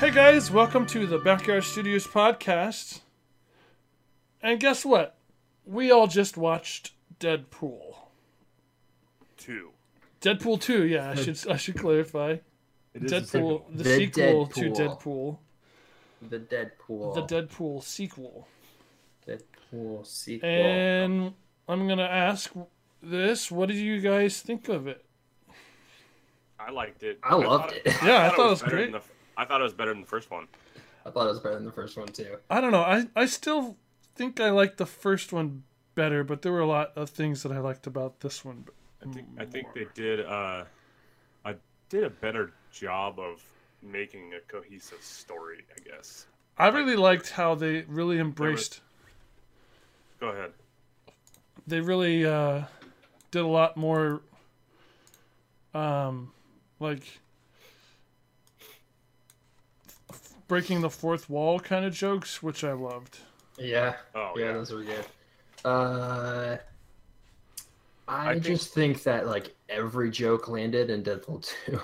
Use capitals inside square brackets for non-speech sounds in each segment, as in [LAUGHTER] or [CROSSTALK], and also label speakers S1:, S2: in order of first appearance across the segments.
S1: Hey guys, welcome to the Backyard Studios podcast. And guess what? We all just watched Deadpool.
S2: Two.
S1: Deadpool 2, yeah, I should I should clarify.
S2: [LAUGHS] It is the second
S1: Deadpool,
S2: one.
S1: the,
S3: The
S1: sequel to
S3: Deadpool.
S1: Deadpool,
S3: The Deadpool.
S1: the Deadpool sequel.
S3: Deadpool sequel.
S1: And I'm going to ask this, what did you guys think of it?
S2: I liked it.
S3: I loved
S2: thought-
S3: it.
S1: Yeah, I thought it was
S2: better
S1: great.
S2: than the- I thought it was better than the first one.
S3: I thought it was better than the first one too.
S1: I don't know. I, I still think I liked the first one better, but there were a lot of things that I liked about this one.
S2: I think I think they did uh, I did a better job of making a cohesive story. I guess.
S1: I really liked how they really embraced.
S2: Go ahead.
S1: They really uh, did a lot more, um, like f- breaking the fourth wall kind of jokes, which I loved.
S3: Yeah.
S2: Oh
S3: yeah,
S2: yeah.
S3: those were good. Uh, I,
S2: I think-
S3: just think that like every joke landed in Deadpool [LAUGHS] two.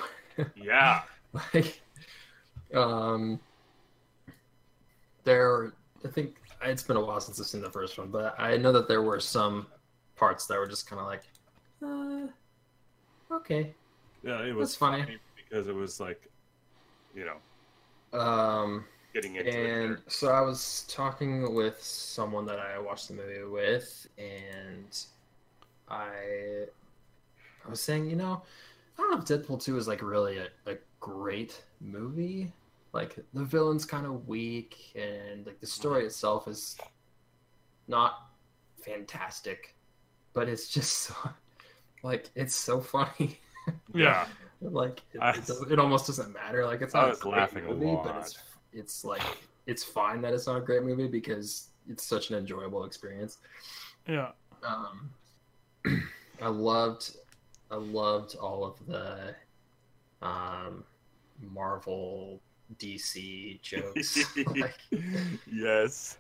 S2: Yeah.
S3: like, um, there. Are, I think it's been a while since I've seen the first one, but I know that there were some parts that were just kind of like, uh, okay,
S2: Yeah. It
S3: that's
S2: was
S3: funny.
S2: funny because it was like, you know,
S3: Um.
S2: getting into it.
S3: And
S2: better.
S3: so I was talking with someone that I watched the movie with, and I, I was saying, you know, I don't know if Deadpool Two is like really a, a great movie. Like the villain's kind of weak, and like the story itself is not fantastic, but it's just [LAUGHS] so, like it's so funny.
S1: Yeah.
S3: like it,
S2: I-
S3: it, doesn't, it almost doesn't matter. Like it's
S2: I
S3: not
S2: was
S3: a great
S2: laughing a
S3: movie, but
S2: lot.
S3: it's it's like it's fine that it's not a great movie because it's such an enjoyable experience.
S1: Yeah,
S3: Um, [CLEARS THROAT] I loved, I loved all of the, um, Marvel, DC jokes.
S2: [LAUGHS]
S3: like,
S2: yes.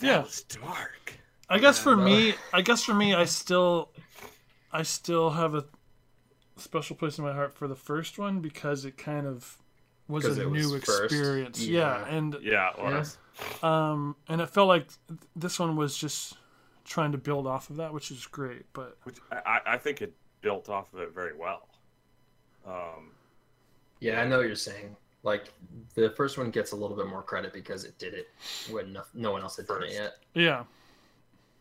S2: That
S1: Yeah.
S2: was dark.
S1: I guess
S3: Yeah,
S1: for
S3: no.
S1: me, I guess for me, I still, I still have a special place in my heart for the first one because it kind of was
S3: 'Cause
S1: a
S3: it
S1: new
S3: was first.
S1: experience. Yeah.
S3: Yeah.
S1: and
S2: Yeah. It
S3: Yeah.
S2: was.
S1: um, and it felt like th- this one was just trying to build off of that, which is great. But
S2: Which I, I I think it built off of it very well. Um.
S3: yeah, I know what you're saying. Like the first one gets a little bit more credit because it did it when no, no one else had done it
S2: First.
S3: yet.
S1: yeah,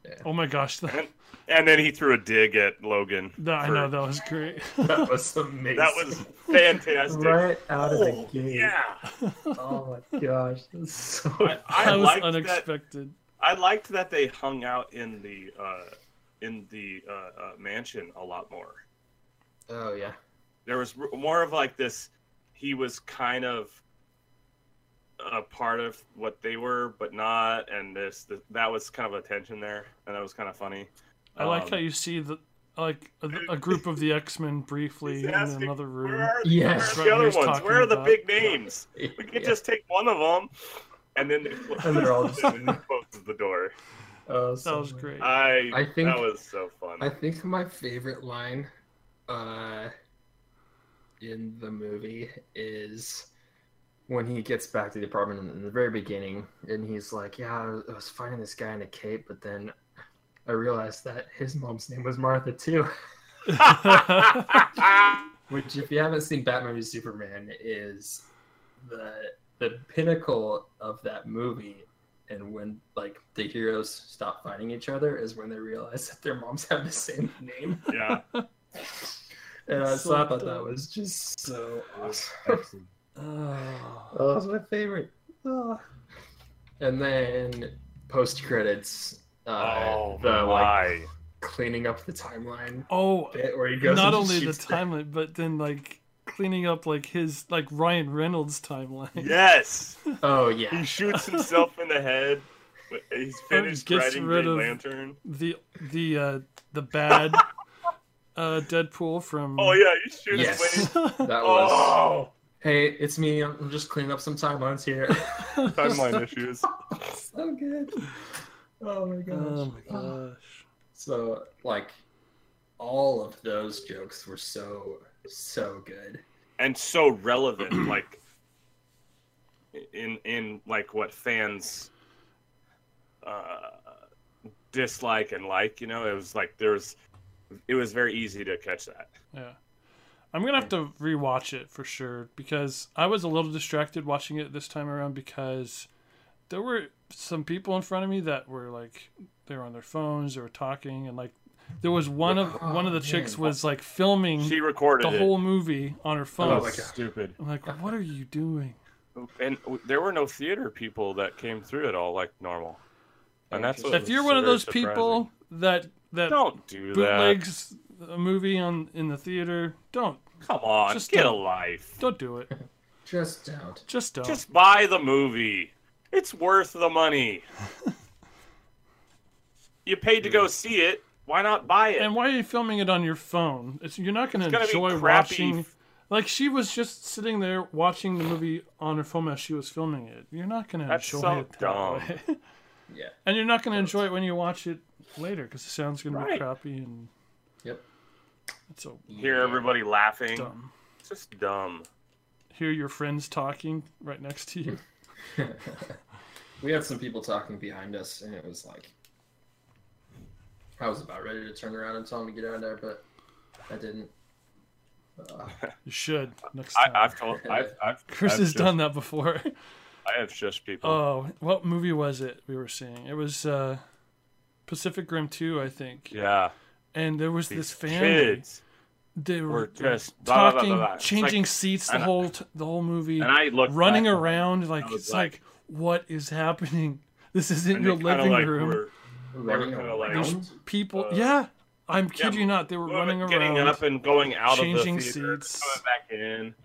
S3: Yeah.
S1: oh my gosh, that,
S2: And- And then he threw a dig at Logan.
S1: that I
S2: for-
S1: know that was
S2: [LAUGHS]
S1: great.
S3: That was amazing.
S2: That was fantastic.
S3: [LAUGHS] right out of the
S2: Oh,
S3: gate.
S2: Yeah.
S3: Oh my gosh, that's so.
S2: I,
S1: [LAUGHS]
S2: I
S1: that was
S2: liked that.
S1: unexpected.
S2: I liked that they hung out in the uh, in the uh, uh, mansion a lot more.
S3: Oh yeah,
S2: There was r- more of like this. He was kind of a part of what they were, but not. And this, th that was kind of a tension there, and that was kind of funny.
S1: I like
S2: Um,
S1: how you see the like a, a group of the X Men briefly
S2: He's
S1: in
S2: asking,
S1: another
S2: Where
S1: room.
S2: are the,
S3: Yes.
S2: where are
S1: He's
S2: the other ones?
S1: talking
S2: Where are the
S1: about-
S2: big names? [LAUGHS] We
S3: [LAUGHS] Yeah.
S2: could just take one of them, and then
S3: [LAUGHS]
S2: they-
S3: And they're all
S2: [LAUGHS]
S3: just-
S2: and then closes the door.
S3: Oh,
S1: That
S3: so
S1: was
S3: good.
S1: great.
S2: I,
S3: I think-
S2: that was so fun.
S3: I think my favorite line, uh, in the movie is when he gets back to the apartment in, in the very beginning, and he's like, "Yeah, I was- I was finding this guy in a cape, but then." I realized that his mom's name was Martha too.
S2: Uh, [LAUGHS]
S3: Which, if you haven't seen Batman v Superman, is the the pinnacle of that movie. And when like the heroes stop fighting each other, is when they realize that their moms have the same name.
S2: yeah.
S3: And
S1: So
S3: I, so I thought that
S1: dumb.
S3: was just so awesome.
S2: Excellent.
S1: [LAUGHS] Oh.
S3: Oh, that was my favorite. Oh. And then post credits, uh,
S2: oh
S3: the like
S2: my.
S3: cleaning up the timeline
S1: [LAUGHS] Oh,
S3: bit where he goes.
S1: not
S3: and
S1: only the
S3: shoots
S1: timeline, but then like cleaning up like his like Ryan Reynolds timeline.
S2: Yes,
S3: Oh
S2: he
S3: yeah,
S2: shoots himself in the head. but He's finished
S1: gets
S2: writing
S1: rid
S2: Green
S1: of-
S2: Lantern.
S1: The the uh the bad uh Deadpool from [LAUGHS]
S2: Oh yeah, he shoots.
S3: Yes.
S2: Wayne.
S3: that was.
S2: Oh,
S3: Hey, it's me. I'm just cleaning up some
S1: [LAUGHS]
S3: timelines here. [LAUGHS]
S2: timeline issues.
S3: so good. Oh my gosh.
S1: Oh my gosh.
S3: So like all of those jokes were so so good.
S1: [CLEARS THROAT]
S2: And so relevant. Like in in like what fans uh, dislike and like. You know, it was like there was it was very easy to catch that.
S1: Yeah. I'm going to have to rewatch it for sure because I was a little distracted watching it this time around because there were some people in front of me that were like they were on their phones, they were talking and like there was one of
S3: Oh,
S1: one of the chicks
S3: man.
S1: was like filming
S2: She recorded
S1: the
S2: it.
S1: whole movie on her phone.
S2: oh,
S3: Oh my God.
S2: stupid.
S1: I'm like, "What are you doing?"
S2: And w- there were no theater people that came through at all, like normal. And that's what
S3: It
S1: If
S2: was
S1: you're one of
S2: very
S1: those people that that
S2: surprising. don't do that.
S1: bootlegs a movie on in the theater, don't
S2: Come on,
S1: Just
S2: get
S1: don't.
S2: a life.
S1: don't do it.
S3: Just don't.
S1: Just don't.
S2: Just buy the movie. It's worth
S1: [LAUGHS]
S2: the money. you paid to go see it. Why not buy it?
S1: and why are you filming it on your phone? It's, you're not going
S2: It's
S1: to
S2: gonna be
S1: enjoy
S2: crappy.
S1: watching. Like she was just sitting there watching the movie on her phone as she was filming it. You're not going to
S2: That's
S1: enjoy
S2: so
S1: it that
S2: dumb.
S1: way. [LAUGHS]
S3: Yeah.
S1: and you're not going to enjoy it when you watch it later because the sound's going to be
S2: Right.
S1: crappy and
S3: Yep.
S1: it's so
S2: Hear everybody laughing.
S1: dumb.
S2: It's just dumb.
S1: Hear your friends talking right next to you.
S3: [LAUGHS] we had some people talking behind us, and it was like, I was about ready to turn around and tell them to get out of there, but I didn't. Uh,
S1: You should next
S2: I,
S1: time.
S2: I've told. I've, I've,
S1: Chris
S2: I've
S1: has
S2: just-
S1: done that before. [LAUGHS]
S2: I have just people.
S1: oh, what movie was it we were seeing? It was uh, Pacific Rim 2, I think.
S2: yeah.
S1: And there was
S2: These
S1: this family.
S2: kids.
S1: they were,
S2: were just blah, blah, blah,
S1: talking,
S2: blah, blah. It's
S1: changing
S2: like-
S1: seats the
S2: and I-
S1: whole t- the whole movie,
S2: And I looked
S1: running
S2: back,
S1: around like
S2: I was
S1: it's like, what is happening? [LAUGHS] This isn't
S2: and
S1: your
S2: they kinda,
S1: living
S2: like,
S1: room.
S2: were-
S3: running
S2: kinda like-
S3: around.
S1: People,
S2: uh,
S1: yeah, I'm kid
S2: yeah,
S1: you not. They were running
S2: getting
S1: around.
S2: up and going out
S1: changing
S2: of the theater,
S1: seats.
S2: coming back in.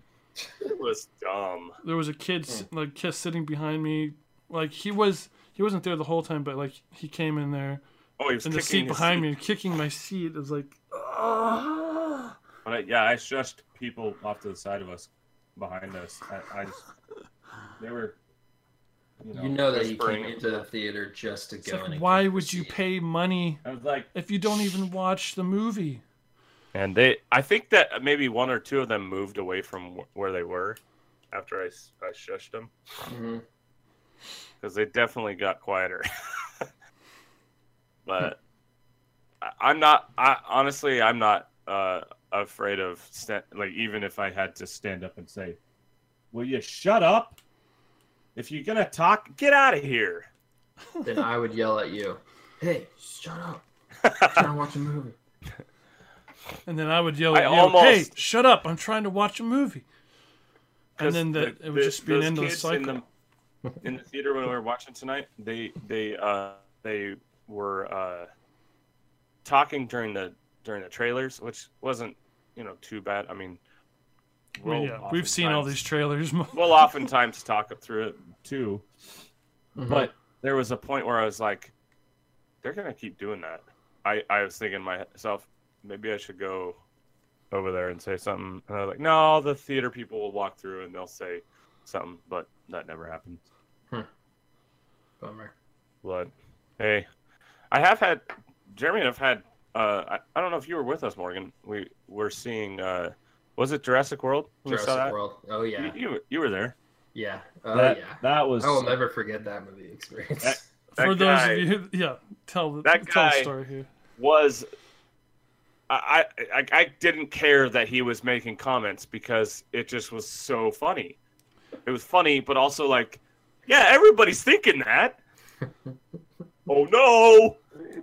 S2: It was dumb.
S1: There was a kid s
S2: Hmm.
S1: like kiss sitting behind me. Like he was he wasn't there the whole time, but like he came in there
S2: Oh, he was
S1: and
S2: kicking
S1: the seat
S2: his
S1: behind me, kicking my seat. It was like, "Ah."
S2: But I, yeah, I shushed people off to the side of us, behind us. I, I just they were. You know,
S3: You know that he
S2: whispering.
S3: came into the theater just to
S1: it's
S3: go in
S1: like
S3: and
S1: why
S3: get
S1: would
S3: the
S1: you
S3: seat.
S1: pay money
S2: I was like,
S1: if you don't even watch the movie?
S2: and they. I think that maybe one or two of them moved away from wh- where they were, after I, s- I shushed them
S3: Mhm.
S2: because they definitely got quieter. [LAUGHS] but I, I'm not. I honestly, I'm not uh, afraid of sta- like even if I had to stand up and say, "Will you shut up?" If you're gonna talk, get out of here.
S3: Then I would yell at you, "Hey,
S2: [LAUGHS]
S3: shut up! I'm trying to watch a movie."
S1: And then I would yell
S2: I
S1: at you,
S2: almost-
S1: "Hey, shut up! I'm trying to watch a movie." And then the, it would just be an
S2: those
S1: endless
S2: kids
S1: cycle.
S2: In the, in the theater when we were watching tonight, they they uh, they were uh, talking during the during the trailers, which wasn't you know too bad. I mean,
S1: I mean, yeah, we've seen all
S2: oftentimes-
S1: these trailers.
S2: [LAUGHS] We'll oftentimes talk up through it too,
S3: Mhm.
S2: but there was a point where I was like, they're gonna keep doing that. I I was thinking to myself, maybe I should go over there and say something. And I was like, no, the theater people will walk through and they'll say something, but that never happened.
S3: bummer.
S2: But hey, I have had Jeremy and I've had. Uh, I, I don't know if you were with us, Morgan. We were seeing. Uh, was it Jurassic World? We saw
S3: Jurassic
S2: that?
S3: World. Oh
S2: You-
S3: yeah,
S2: You, were- you were there.
S3: yeah. Oh
S2: that,
S3: yeah.
S2: that was
S3: I will never forget that movie experience.
S2: That- that
S1: For those
S2: guy-
S1: of you, who, yeah, tell the
S2: That
S1: tell the
S2: guy-
S1: story here.
S2: was I, I- I I didn't care that he was making comments because it just was so funny. It was funny, but also like, yeah, everybody's thinking
S3: [LAUGHS]
S2: that. oh no!
S3: [LAUGHS]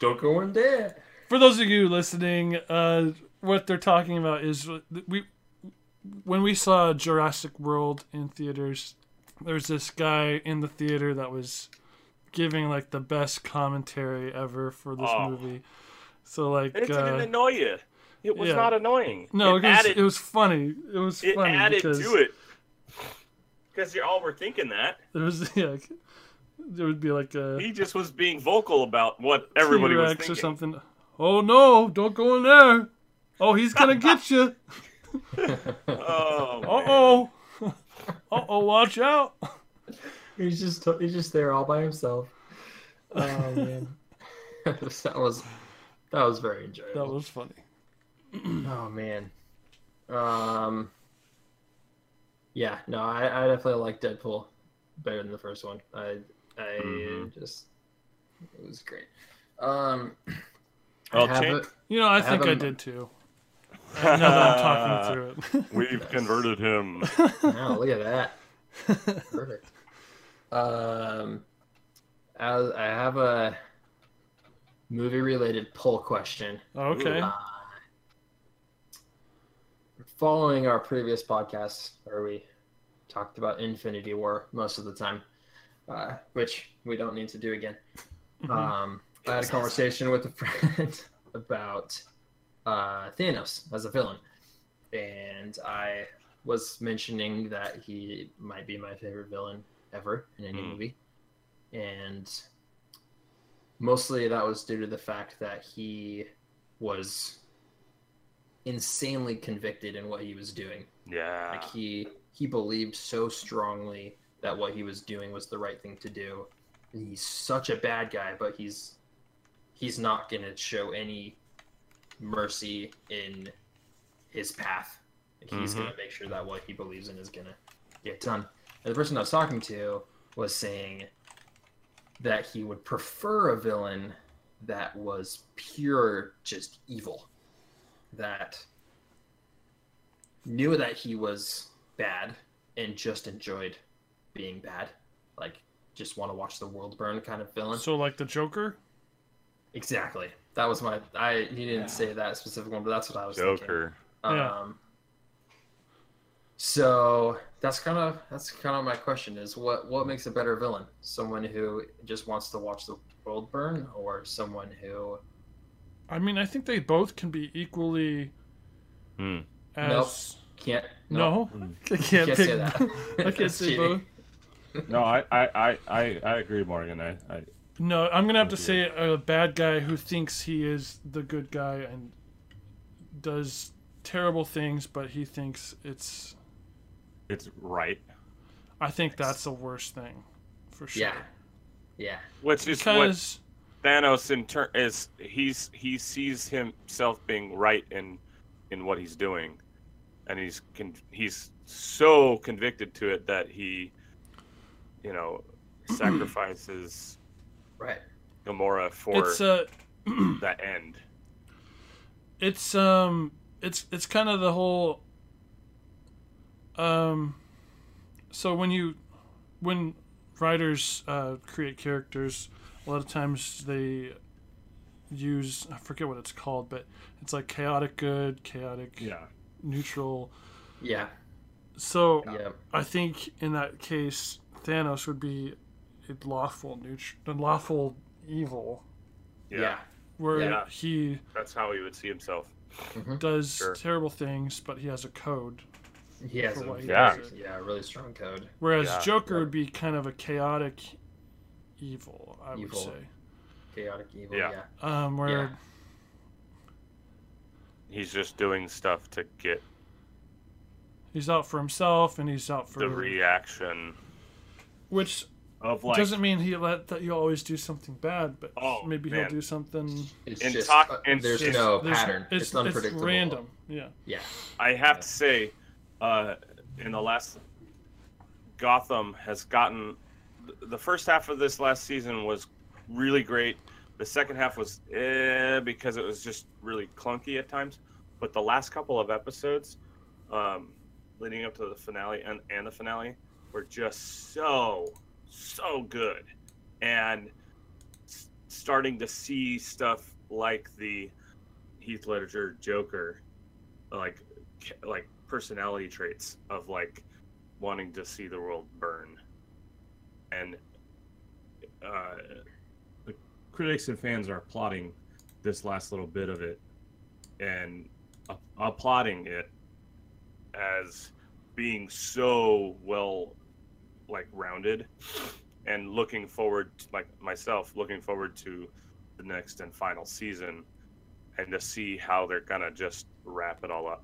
S3: Don't go
S2: [LAUGHS]
S3: in there.
S1: For those of you listening, uh, what they're talking about is we when we saw Jurassic World in theaters, there's this guy in the theater that was giving like the best commentary ever for this
S2: Oh.
S1: movie. So like,
S2: It didn't
S1: uh,
S2: annoy you. It was
S1: yeah.
S2: not annoying.
S1: no,
S2: it
S1: it was,
S2: added
S1: it was funny. It was
S2: it
S1: funny
S2: added
S1: because
S2: to it because you all were thinking that
S1: There was [LAUGHS] yeah, like, there would be like a
S2: he just was being vocal about what everybody was
S1: T-Rex
S2: thinking.
S1: or something. Oh no! Don't go in there. Oh, he's
S2: [LAUGHS]
S1: gonna get you.
S2: Oh,
S1: Uh
S2: man.
S1: [LAUGHS] oh. uh oh. Watch out.
S3: He's just he's just there all by himself. Oh man, [LAUGHS] that was that was very
S1: That
S3: enjoyable.
S1: was funny.
S3: Oh man, um, yeah, no, I, I definitely like Deadpool. better than the first one. I I
S2: Mhm.
S3: just it was great. Um,
S2: Well,
S3: I have
S2: Chink,
S3: it-
S1: You know, I,
S3: I
S1: think
S3: have
S1: I
S3: a-
S1: did too. [LAUGHS] Now that
S2: [LAUGHS]
S1: I'm talking through it.
S2: We've converted him.
S3: [LAUGHS] Wow, look at that. [LAUGHS] Perfect. Um, as I have a movie-related poll question.
S1: [LAUGHS]
S3: Uh,
S1: okay.
S2: Ooh.
S3: Following our previous podcasts, where we talked about Infinity War most of the time, uh, which we don't need to do again.
S1: Mhm.
S3: Um, I had a conversation with a [LAUGHS] friend about uh, Thanos as a villain, and I was mentioning that he might be my favorite villain ever in any
S2: Mm.
S3: movie, and mostly that was due to the fact that he was insanely convicted in what he was doing.
S2: Yeah.
S3: Like he he believed so strongly that what he was doing was the right thing to do. And he's such a bad guy, but he's he's not gonna show any mercy in his path. Like he's
S2: Mhm.
S3: gonna make sure that what he believes in is gonna get done. And the person I was talking to was saying that he would prefer a villain that was pure just evil. That knew that he was bad and just enjoyed being bad. Like, just want to watch the world burn kind of villain.
S1: So, like the Joker?
S3: exactly. That was my. I he didn't say that specific one, but that's what I was thinking.
S2: Joker.
S1: Yeah.
S3: Um, so that's kind of that's kind of my question is what what makes a better villain? Someone who just wants to watch the world burn, or someone who
S1: I mean, I think they both can be equally
S2: Hmm.
S1: as.
S3: can't
S1: No,
S2: Mm.
S1: [LAUGHS] I can't,
S3: Can't
S1: pick-
S3: say that. [LAUGHS]
S1: I can't
S3: That's
S1: say
S3: cheating.
S1: both.
S2: No, I, I, I, I, I agree, Morgan. I, I,
S1: No, I'm gonna have to say
S2: Okay.
S1: a bad guy who thinks he is the good guy and does terrible things, but he thinks it's.
S2: it's right.
S1: I think that's the worst thing, for sure.
S3: Yeah. Yeah.
S2: Which is what
S1: Because
S2: Thanos in turn is. He's he sees himself being right in in what he's doing, and he's con- he's so convicted to it that he, you know, sacrifices
S3: Right.
S2: Gamora for
S1: it's um, a.
S2: that end.
S1: it's um it's it's kind of the whole um so when you when writers uh, create characters a lot of times they use i forget what it's called but it's like chaotic good chaotic neutral
S3: Yeah.
S1: so
S3: Yeah.
S1: i think in that case thanos would be a lawful neutral a lawful evil
S2: yeah,
S3: Yeah.
S1: where
S2: Yeah.
S1: he
S2: That's how he would see himself.
S1: does
S2: Sure.
S1: terrible things but he has a code
S3: He has
S1: For
S3: a
S1: what he
S3: yeah.
S1: does.
S3: yeah, really strong code.
S1: Whereas
S2: Yeah.
S1: Joker would be kind of a chaotic evil, I would
S3: Evil.
S1: say.
S3: Chaotic evil.
S2: Yeah.
S3: Yeah.
S1: Um, where
S3: Yeah.
S2: He's just doing stuff to get
S1: he's out for himself and he's out for
S2: the reaction
S1: which
S2: of like
S1: doesn't mean he let that you always do something bad, but
S2: Oh,
S1: maybe
S2: man.
S1: he'll do something.
S3: It's
S2: And
S3: just
S2: talk-
S3: uh,
S2: and
S3: there's
S2: it's-
S3: no
S1: there's-
S3: pattern. It's, unpredictable.
S1: random. Yeah.
S3: Yeah.
S2: I have to say, uh, in the last Gotham has gotten th- the first half of this last season was really great. The second half was eh, because it was just really clunky at times. But the last couple of episodes, um, leading up to the finale and, and the finale, were just so so good, and s- starting to see stuff like the Heath Ledger Joker, like ca- like personality traits of like wanting to see the world burn and uh, the critics and fans are applauding this last little bit of it and up- applauding it as being so well like rounded and looking forward to, like myself looking forward to the next and final season and to see how they're gonna just wrap it all up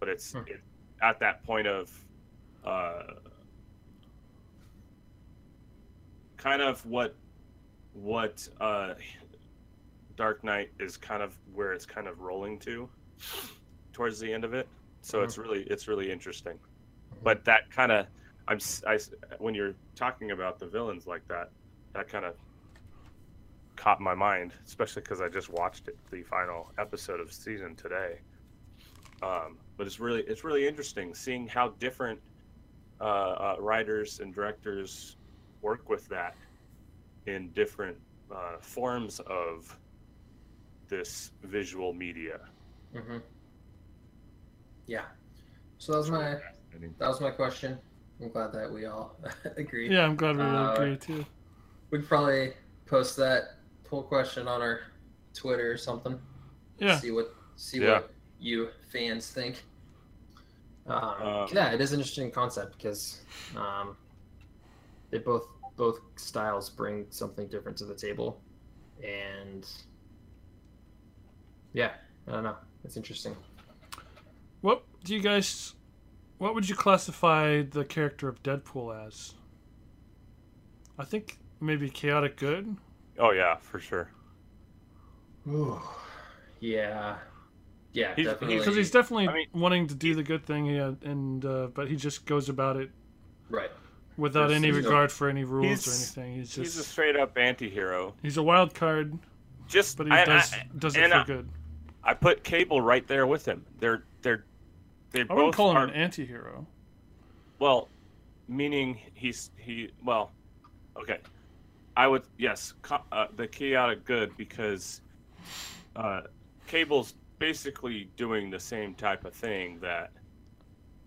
S2: but it's
S3: Hmm.
S2: it, at that point of uh kind of what what uh Dark Knight is kind of where it's kind of rolling to towards the end of it. So it's really it's really interesting. But that kind of I'm s- I s- when you're talking about the villains like that, that kind of caught my mind, especially because I just watched it, the final episode of season today. Um, but it's really it's really interesting seeing how different uh, uh, writers and directors work with that in different uh, forms of this visual media.
S3: hmm Yeah. So that was my that was my question. I'm glad that we all [LAUGHS] agreed.
S1: Yeah, I'm glad we all
S3: Uh,
S1: agree too.
S3: We'd probably post that poll question on our Twitter or something.
S1: Yeah,
S3: See what see
S2: Yeah.
S3: what you fans think. Um,
S2: Um,
S3: yeah, it is an interesting concept because um, they both both styles bring something different to the table, and yeah, I don't know. It's interesting.
S1: what do you guys? What would you classify the character of Deadpool as? I think maybe chaotic good.
S2: Oh yeah, for sure.
S3: Ooh, yeah, yeah,
S2: He's-
S3: definitely.
S1: because he's definitely
S2: I mean-
S1: wanting to do the good thing, yeah, and uh, but he just goes about it
S3: right.
S1: without
S2: Yes,
S1: any
S2: he's a-
S1: regard for any rules or
S2: he's-
S1: anything. He's just
S2: He's a straight up anti-hero.
S1: heis a wild card,
S2: Just
S1: but he
S2: I,
S1: does
S2: I,
S1: does it
S2: and
S1: for
S2: I-
S1: good.
S2: I put Cable right there with him. They're they're they
S1: I wouldn't
S2: both
S1: call him
S2: are
S1: an anti-hero.
S2: well, meaning he's he well, okay. I would yes, co- uh, the chaotic good because uh, Cable's basically doing the same type of thing that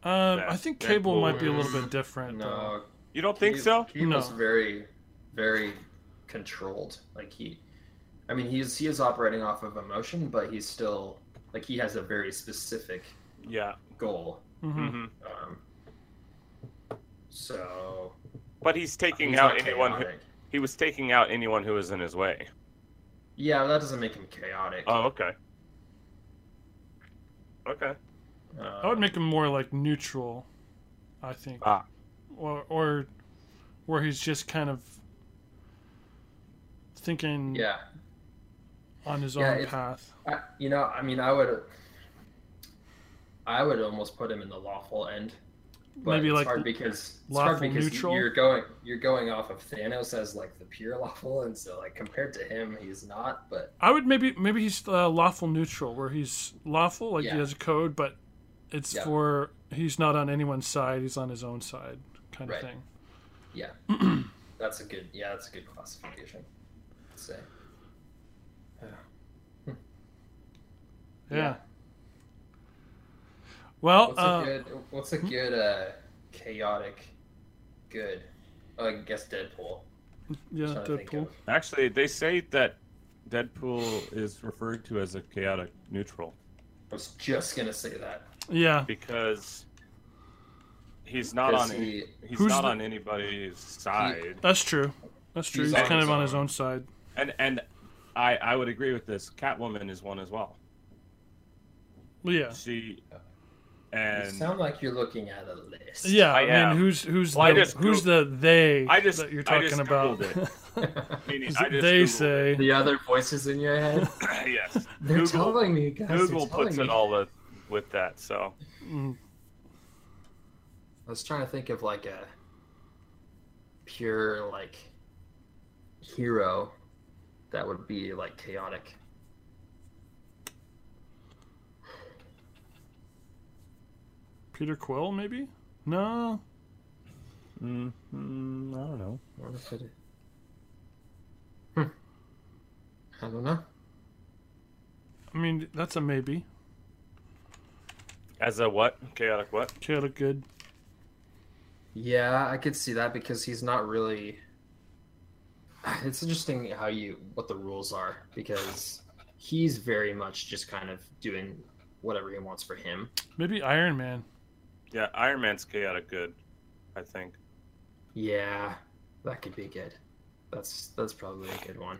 S1: Um, I
S2: That's-
S1: think
S2: Deadpool
S1: Cable might be a little
S3: is-
S1: bit different. though.
S3: No,
S2: you don't think so.
S3: Cable's
S1: No.
S3: very, very controlled. Like he, I mean, he is he is operating off of emotion, but he's still like he has a very specific
S2: Yeah.
S3: goal.
S1: Mhm.
S2: hmm
S3: Um, so
S2: But he's taking
S3: he's
S2: out
S3: not
S2: anyone. Who,
S3: chaotic.
S2: he was taking out anyone who was in his way.
S3: Yeah, but that doesn't make him chaotic. Um,
S2: Oh, okay. Okay.
S1: I would make him more like neutral, I think,
S2: Ah.
S1: or or where he's just kind of thinking
S3: Yeah,
S1: on his
S3: Yeah,
S1: own
S3: it's-
S1: path.
S3: I, you know, I mean, I would, I would almost put him in the lawful end. But
S1: Maybe
S3: it's
S1: like
S3: hard because it's hard
S1: lawful
S3: because you-
S1: neutral?
S3: you're going you're going off of Thanos as like the pure lawful, and so like compared to him, he's not. But
S1: I would maybe maybe he's uh, lawful neutral, where he's lawful, like
S3: Yeah.
S1: he has a code, but it's
S3: Yeah.
S1: for he's not on anyone's side; he's on his own side, kind
S3: Right.
S1: of thing.
S3: that's a good yeah, that's a good classification. I'd say.
S1: Yeah.
S3: Yeah.
S1: Well,
S3: What's
S1: uh,
S3: a good what's a good uh, chaotic good? Oh, I guess Deadpool.
S1: yeah,
S3: I'm trying to think
S1: Deadpool.
S3: of-
S2: Actually, they say that Deadpool is referred to as a chaotic neutral
S3: I was just gonna say that.
S1: Yeah,
S2: because he's not
S3: 'Cause
S2: on any,
S3: he-
S2: he's
S1: Who's
S2: not
S1: the-
S2: on anybody's side.
S1: that's true. That's true.
S3: He's
S1: He's,
S3: on
S1: kind
S3: his
S1: of on
S3: own.
S1: his own side.
S2: And and I I would agree with this. Catwoman is one as well.
S1: Yeah,
S2: She
S3: You
S2: and
S3: sound like you're looking at a list. [LAUGHS]
S1: yeah.
S2: I
S1: I, mean,
S2: am.
S1: who's who's
S2: Well, I
S1: the
S2: just
S1: who's the they
S2: I just-
S1: that you're
S2: I
S1: talking
S2: just
S1: about? [LAUGHS]
S2: Googled meaning, I just
S1: they
S2: Googled
S1: say
S3: the other voices in your head.
S2: it. [LAUGHS] yes.
S3: They're
S2: Google-
S3: telling me, guys. they're
S2: Google
S3: telling
S2: puts
S3: me.
S2: it all with with that. So
S1: Mm,
S3: I was trying to think of like a pure like hero that would be like chaotic.
S1: Peter Quill, maybe. No,
S2: I don't know.
S3: What if it? Hmm. I don't know.
S1: I mean that's a maybe.
S2: As a what? Chaotic what?
S1: Chaotic good.
S3: Yeah, I could see that because he's not really. [SIGHS] It's interesting how you what the rules are because he's very much just kind of doing whatever he wants for him.
S1: Maybe Iron Man.
S2: Yeah, Iron Man's chaotic good, I think.
S3: Yeah, that could be good. That's that's probably a good one.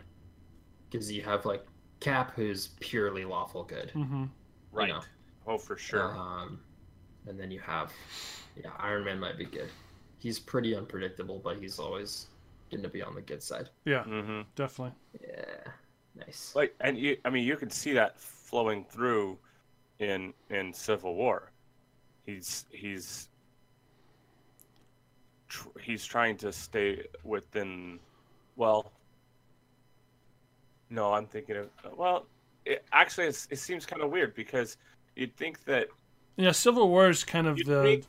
S3: Because you have like Cap, who's purely lawful good. you
S1: hmm
S3: know?
S2: Oh, for sure.
S3: Um, and then you have, yeah, Iron Man might be good. He's pretty unpredictable, but he's always going to be on the good side.
S1: Yeah,
S2: hmm
S1: definitely.
S3: Yeah, nice.
S2: Like, and you, I mean, you can see that flowing through in in Civil War. He's he's tr- he's trying to stay within. Well, no, I'm thinking of. Well, it, actually, it's, it seems kind of weird because you'd think that
S1: Yeah, Civil War is kind of
S2: you'd,
S1: the
S2: think,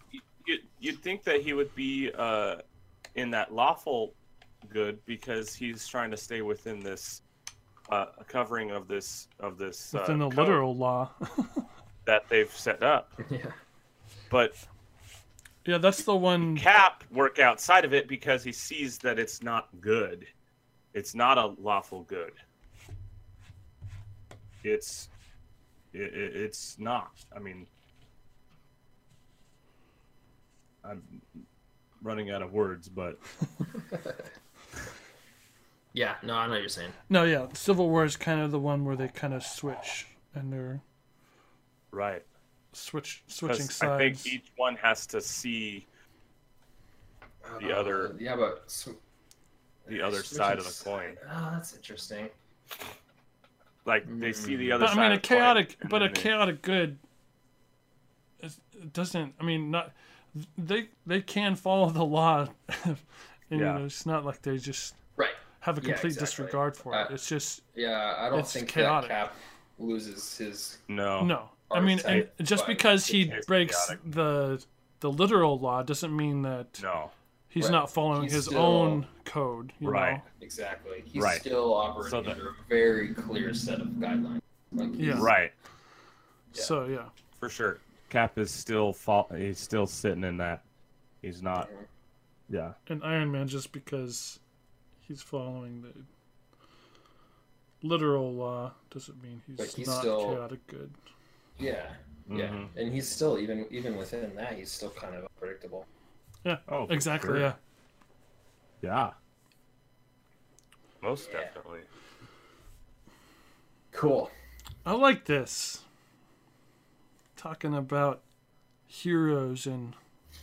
S2: you'd, you'd think that he would be uh, in that lawful good because he's trying to stay within this uh, covering of this of this
S1: within
S2: uh,
S1: the
S2: code
S1: literal law. [LAUGHS]
S2: that they've set up.
S3: [LAUGHS] Yeah.
S2: But
S1: yeah, that's the one.
S2: Cap work outside of it because he sees that it's not good. It's not a lawful good. It's it, it- it's not. I mean, I'm running out of words, but
S3: Yeah. No, I know what you're saying.
S1: No, yeah, Civil War is kind of the one where they kind of switch and they're
S2: right.
S1: switch
S2: 'Cause
S1: switching sides.
S2: I think each one has to see The
S3: Uh,
S2: other-
S3: Yeah, but so,
S2: the other side of the coin.
S3: Oh, that's interesting.
S2: Like they see the
S3: Mm.
S2: other
S1: but I
S2: side.
S1: mean, a
S2: of the coin,
S1: chaotic,
S2: and
S1: but a
S2: then they-
S1: chaotic good is- doesn't. I mean, not they they can follow the law. [LAUGHS] and,
S2: Yeah.
S1: you know, it's not like they just
S3: Right.
S1: have a
S3: Yeah,
S1: complete
S3: exactly.
S1: disregard for it.
S3: Uh,
S1: It's just
S3: Yeah, I don't
S1: It's
S3: think
S1: chaotic.
S3: that Cap loses his.
S2: no,
S1: no. I
S3: Ours
S1: mean, and
S3: type,
S1: just
S3: but
S1: because he
S2: it's
S1: breaks
S2: chaotic.
S1: the the literal law doesn't mean that
S2: no.
S1: he's
S3: Right.
S1: not following
S3: He's
S1: his
S3: still-
S1: own code. You
S2: Right.
S1: Know?
S3: Exactly. He's
S2: Right.
S3: still operating
S2: So that-
S3: under a very clear set of guidelines. Like
S1: Yeah.
S2: Right.
S3: Yeah.
S1: So yeah.
S2: for sure. Cap is still fall. He's still sitting in that. He's not. Yeah.
S1: an Iron Man just because he's following the literal law doesn't mean
S3: But
S1: he's,
S3: he's
S1: not
S3: still-
S1: chaotic good.
S3: Yeah. Yeah.
S2: Mhm.
S1: Mm-hmm.
S3: And he's still even even within that, he's still kind of predictable.
S2: Oh, for
S1: Exactly,
S2: sure.
S1: yeah.
S2: Yeah. Most
S3: Yeah.
S2: definitely.
S3: Cool.
S1: I like this. Talking about heroes and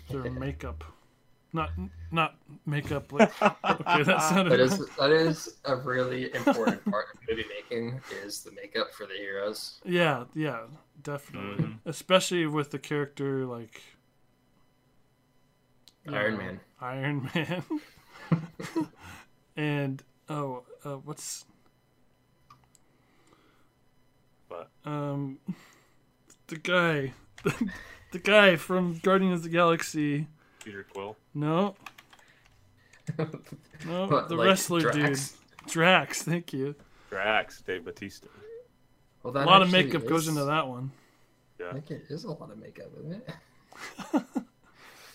S1: their
S3: [LAUGHS]
S1: makeup. Not not makeup like [LAUGHS] okay, that sounded [LAUGHS]
S3: That is that is a really important part of movie making is the makeup for the heroes.
S1: Yeah, yeah, definitely.
S2: Mhm.
S3: Mm-hmm.
S1: Especially with the character like you
S3: Iron
S1: know,
S3: Man.
S1: Iron [LAUGHS] Man. and oh, uh, what's
S2: But
S1: um the guy [LAUGHS] the guy from Guardians of the Galaxy.
S2: Peter Quill.
S1: No, no,
S3: [LAUGHS] But,
S1: the
S3: like,
S1: wrestler
S3: Drax-
S1: dude. Drax, thank you.
S2: Drax. Dave Batista.
S3: Well, that
S1: a lot of
S3: actually
S1: makeup goes
S3: is-
S1: into that one.
S3: I think it is a lot of makeup, isn't it?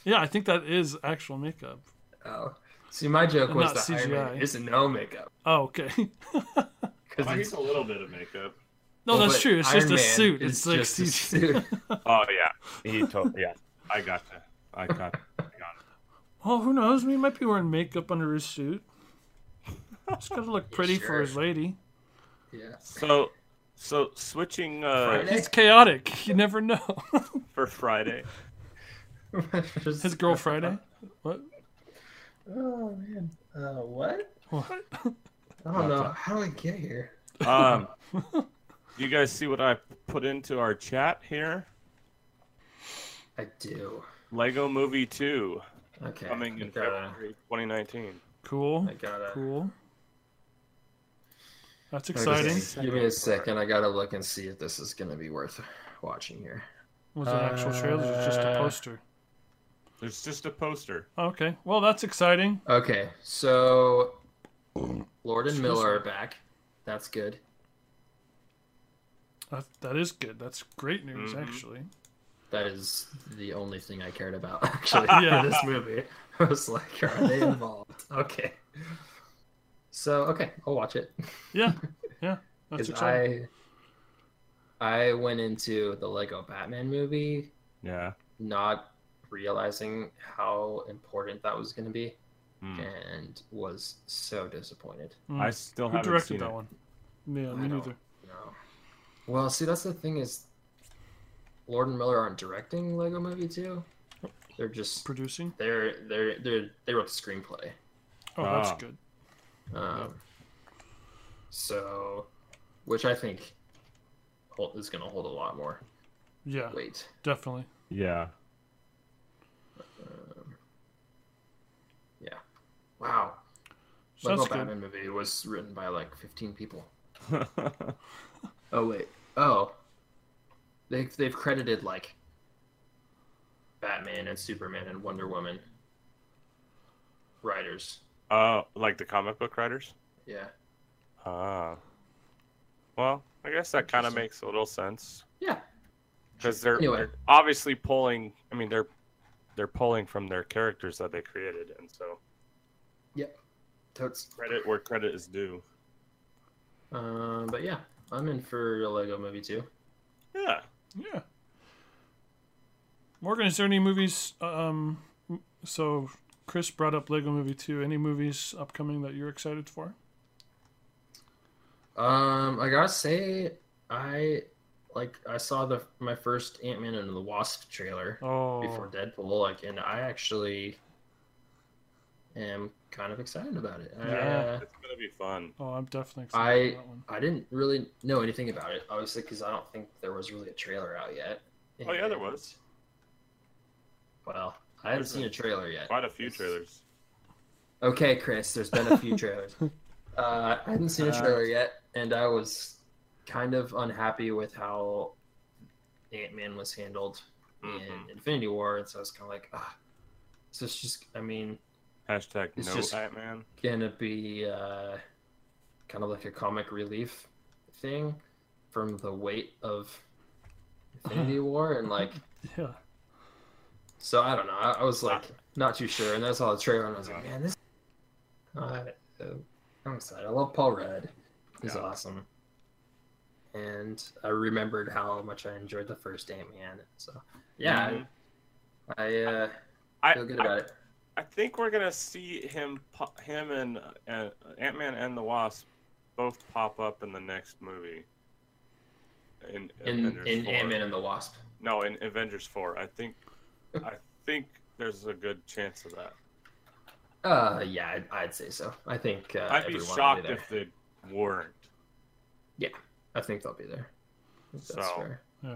S1: Yeah, I think that is actual makeup.
S3: Oh, see, my joke
S1: And not
S3: was that Iron Man
S1: CGI.
S3: is no makeup
S1: Oh, okay. [LAUGHS]
S3: because
S2: Well, he's a little bit of makeup.
S1: No, that's true. It's just a suit. It's like [LAUGHS]
S3: just a
S1: CG.
S3: suit.
S2: [LAUGHS] Oh yeah. He totally. Yeah. I got that. I got. [LAUGHS] I got it.
S1: Oh, who knows? He might be wearing makeup under his suit. He's got to
S2: [LAUGHS]
S1: look pretty for
S3: sure.
S1: his lady.
S3: [LAUGHS] yeah. [LAUGHS]
S2: So, so switching uh,
S3: Friday?
S1: He's chaotic. You never know. [LAUGHS]
S2: for Friday.
S1: his girl Friday. What?
S3: [LAUGHS] Oh man. Uh, what?
S1: What?
S3: I don't know. How do I get here?
S2: [LAUGHS] Um, you guys see what I put into our chat here?
S3: I do.
S2: Lego Movie Two
S3: Okay.
S2: coming
S3: I
S2: in
S3: gotta,
S2: February 2019.
S1: Cool.
S3: I gotta.
S1: Cool. That's
S3: I gotta-
S1: exciting.
S3: Give me a second. I gotta look and see if this is gonna be worth watching here.
S1: Was it an actual trailer or just a
S3: Uh,
S1: poster?
S2: There's just a poster.
S1: Okay. Well, that's exciting.
S3: Okay, so Lord and
S1: Excuse me.
S3: Miller are back. That's good.
S1: That, that is good. That's great news,
S2: Mhm.
S1: actually.
S3: That is the only thing I cared
S1: [LAUGHS]
S3: about [LAUGHS] actually
S1: Yeah.
S3: for this movie. I was like, are
S1: [LAUGHS]
S3: they involved? okay. So okay, I'll watch it
S1: Yeah. Yeah. That's
S3: because
S1: exciting.
S3: I I went into the Lego Batman movie
S2: Yeah.
S3: not realizing how important that was going to be
S2: Hmm.
S3: and was so disappointed.
S1: Mm.
S2: I still
S1: Who
S2: haven't
S1: directed
S2: seen
S1: that
S2: it.
S1: one? Yeah,
S3: I
S1: me
S3: don't
S1: neither.
S3: No. Well, see, that's the thing is, Lord and Miller aren't directing Lego Movie Two. They're just
S1: Producing?
S3: they're they're they're they wrote the screenplay.
S1: Oh, that's
S2: Ah.
S1: good.
S3: Um, so, which I think hold, is going to hold a lot more
S1: Yeah,
S3: weight.
S2: [LAUGHS]
S1: definitely.
S2: Yeah.
S3: Um, Lego
S1: Sounds good.
S3: Batman movie was written by like 15 people. Oh wait. Oh. They've they've credited like Batman and Superman and Wonder Woman writers.
S2: Oh, like the comic book writers?
S3: Yeah.
S2: Ah. Well, I guess that kind of
S3: Interesting.
S2: makes a little sense
S3: Yeah.
S2: because they're,
S3: Anyway.
S2: they're obviously pulling. I mean, they're they're pulling from their characters that they created, and so
S3: Yep. Totes.
S2: credit where credit is due.
S3: Um, but yeah, I'm in for a Lego movie too.
S2: Yeah.
S1: Yeah. Morgan, is there any movies? Um, so Chris brought up Lego Movie Two. Any movies upcoming that you're excited for?
S3: Um, I gotta say, I like I saw the my first Ant Man and the Wasp trailer
S1: Oh,
S3: before Deadpool, like, and I actually am kind of excited about it. I,
S1: Yeah.
S3: uh,
S2: It's gonna be fun.
S1: oh, I'm definitely
S3: I-
S1: excited for that one.
S3: I didn't really know anything about it, obviously, because I don't think there was really a trailer out yet.
S2: Oh, yeah, there was.
S3: Well, I haven't
S2: There's
S3: seen
S2: a-
S3: a trailer yet.
S2: Quite a few trailers.
S3: Okay, Chris, there's been a few trailers. Uh, I hadn't seen a
S2: Uh,
S3: trailer yet, and I was kind of unhappy with how Ant Man was handled
S2: Mhm.
S3: in Infinity War, and so I was kind of like, ah, so it's just, I mean,
S2: Hashtag
S3: It's
S2: no
S3: just-
S2: Batman.
S3: gonna be uh, kind of like a comic relief thing from the weight of
S2: [LAUGHS]
S3: Infinity War, and like,
S1: Yeah.
S3: so I don't know, I, I was like, not too sure, and that's all the trailer, and I was like, man, this. Uh, I'm excited. I love Paul Rudd. He's
S2: Yeah.
S3: awesome. And I remembered how much I enjoyed the first Ant Man. So yeah,
S2: Mhm.
S3: I, I uh,
S2: I,
S3: feel good
S2: I-
S3: about it.
S2: I think we're gonna see him, po- him and uh, Ant Man and the Wasp, both pop up in the next movie. In
S3: In
S2: Avengers
S3: in
S2: 4.
S3: Ant Man and the Wasp.
S2: No, in Avengers Four. I think, I think there's a good chance of that.
S3: Uh, yeah, I'd, I'd say so. I think uh,
S2: I'd be
S3: everyone
S2: shocked
S3: will be there.
S2: if they weren't.
S3: I think they'll be there. I think That's
S2: So,
S3: fair.
S1: yeah.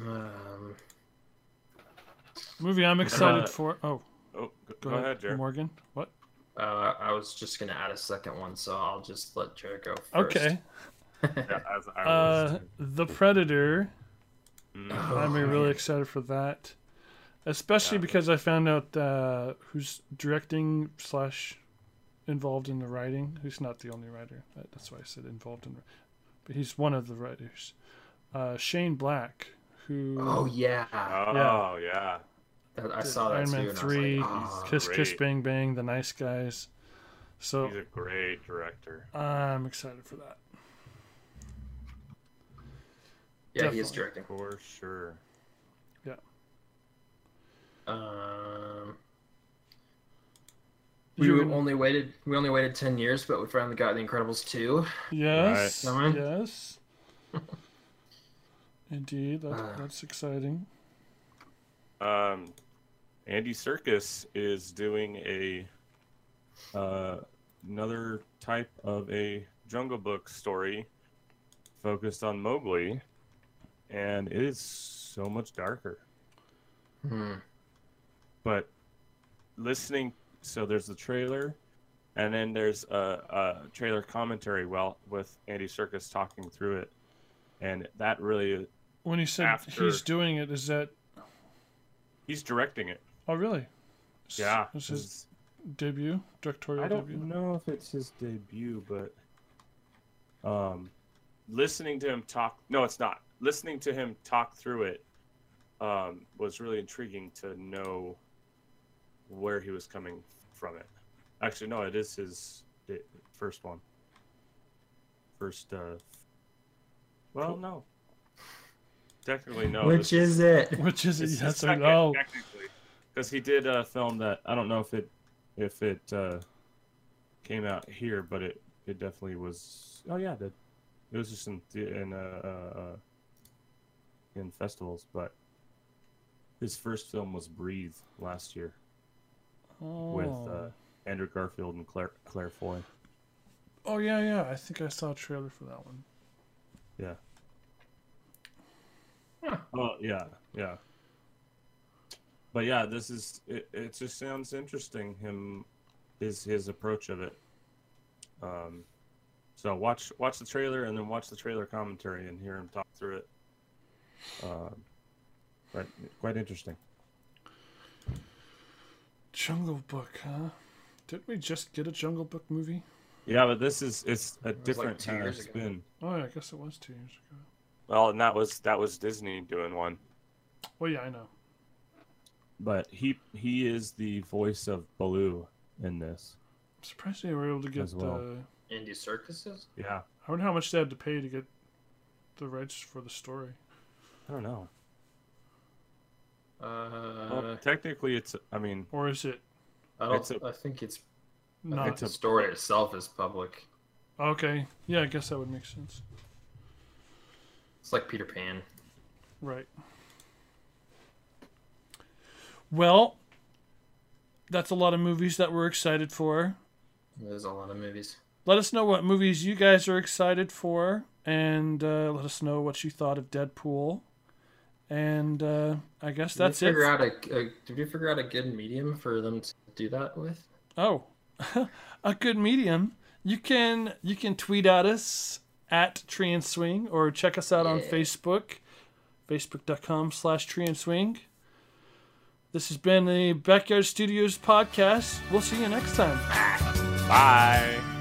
S3: Um,
S1: Movie I'm excited
S2: Uh,
S1: for. Oh,
S2: Oh, go,
S1: go,
S2: go ahead, Jared.
S1: Morgan. What?
S3: uh, I was just gonna add a second one, so I'll just let Jared go first.
S1: Okay.
S2: Yeah, as I was.
S1: Uh, The Predator.
S2: Mm.
S1: I'm
S3: Oh,
S1: really
S3: man.
S1: excited for that, especially
S2: Yeah.
S1: because I found out uh, who's directing slash involved in the writing. Who's not the only writer. That- That's why I said involved in, but he's one of the writers. Uh, Shane Black, who
S3: Oh yeah,
S2: Oh yeah.
S3: That- I
S1: did
S3: saw that
S1: Iron
S3: too,
S1: Man
S3: and
S1: three,
S3: I was like, "Ah."
S1: Kiss Kiss
S2: great.
S1: Bang Bang, The Nice Guys. So
S2: He's a great director.
S1: I'm excited for that.
S3: yeah, he is
S1: definitely.
S3: directing.
S2: For sure.
S3: Um,
S1: You
S3: we
S1: were gonna-
S3: only waited. We only waited ten years, but we finally got The Incredibles two.
S1: Yes.
S3: Cameron? [LAUGHS]
S1: Yes. Indeed, that,
S3: Ah.
S1: that's exciting.
S2: Um, Andy Circus is doing a uh, another type of a Jungle Book story focused on Mowgli, and it is so much darker.
S3: Hmm.
S2: But listening, so there's the trailer, and then there's a, a trailer commentary. Well, with Andy Circus talking through it, and that really
S1: When he said
S2: After-
S1: he's doing it, is that
S2: he's directing it.
S1: Oh, really? S-
S2: Yeah,
S1: This is debut, directorial
S2: I don't
S1: debut.
S2: know if it's his debut, but um, listening to him talk. No, it's not. Listening to him talk through it um, was really intriguing to know where he was coming from. It actually, no, it is his de- first one. First, uh, well, no, technically no. this
S3: Which is
S1: [LAUGHS]
S3: it?
S1: Which is oh.
S2: it's
S1: it?
S2: his
S1: Yes or
S2: second,
S1: no?
S2: technically, because he did a film that I don't know if it if it uh, came out here, but it it definitely was. Oh yeah, the, it was just in the- in uh, uh, uh, in festivals, but his first film was Breathe last year
S1: Oh.
S2: with uh, Andrew Garfield and Claire Claire Foy.
S1: oh yeah, yeah. I think I saw a trailer for that one.
S2: Oh yeah, yeah. But yeah, this is it. It just sounds interesting. Him his his approach of it. Um, so watch watch the trailer and then watch the trailer commentary and hear him talk through it. Um, but quite interesting.
S1: Jungle Book, huh? Didn't we just get a Jungle Book movie?
S2: Yeah, but this is it's a
S3: It was like
S2: different
S3: two
S2: kind of
S3: years ago.
S2: spin.
S1: Oh, yeah, I guess it was two years ago.
S2: Well, and that was that was Disney doing one.
S1: Well, Oh, yeah, I know.
S2: But he he is the voice of Baloo in this.
S1: I'm surprised they were able to get
S2: As well.
S1: the.
S3: Indie circuses?
S2: Yeah,
S1: I wonder how much they had to pay to get the rights for the story.
S2: I don't know.
S3: Uh,
S2: well, technically, it's I mean
S1: Or is it
S3: I don't.
S2: Oh, it's a-
S3: I think it's. I think
S1: not?
S2: It's a-
S3: the story itself is public.
S1: Okay. Yeah, I guess that would make sense.
S3: It's like Peter Pan.
S1: Right. Well, that's a lot of movies that we're excited for.
S3: There's a lot of movies.
S1: Let us know what movies you guys are excited for, and uh, let us know what you thought of Deadpool. And uh, I guess
S3: Did we
S1: that's it.
S3: Figure out a, a, did we figure out a good medium for them to do that with?
S1: Oh, [LAUGHS] a good medium. You can you can tweet at us at Tree and Swing or check us out on
S3: Yeah.
S1: Facebook, facebook.com slash Tree and Swing. This has been the Backyard Studios podcast. We'll see you next time.
S2: bye.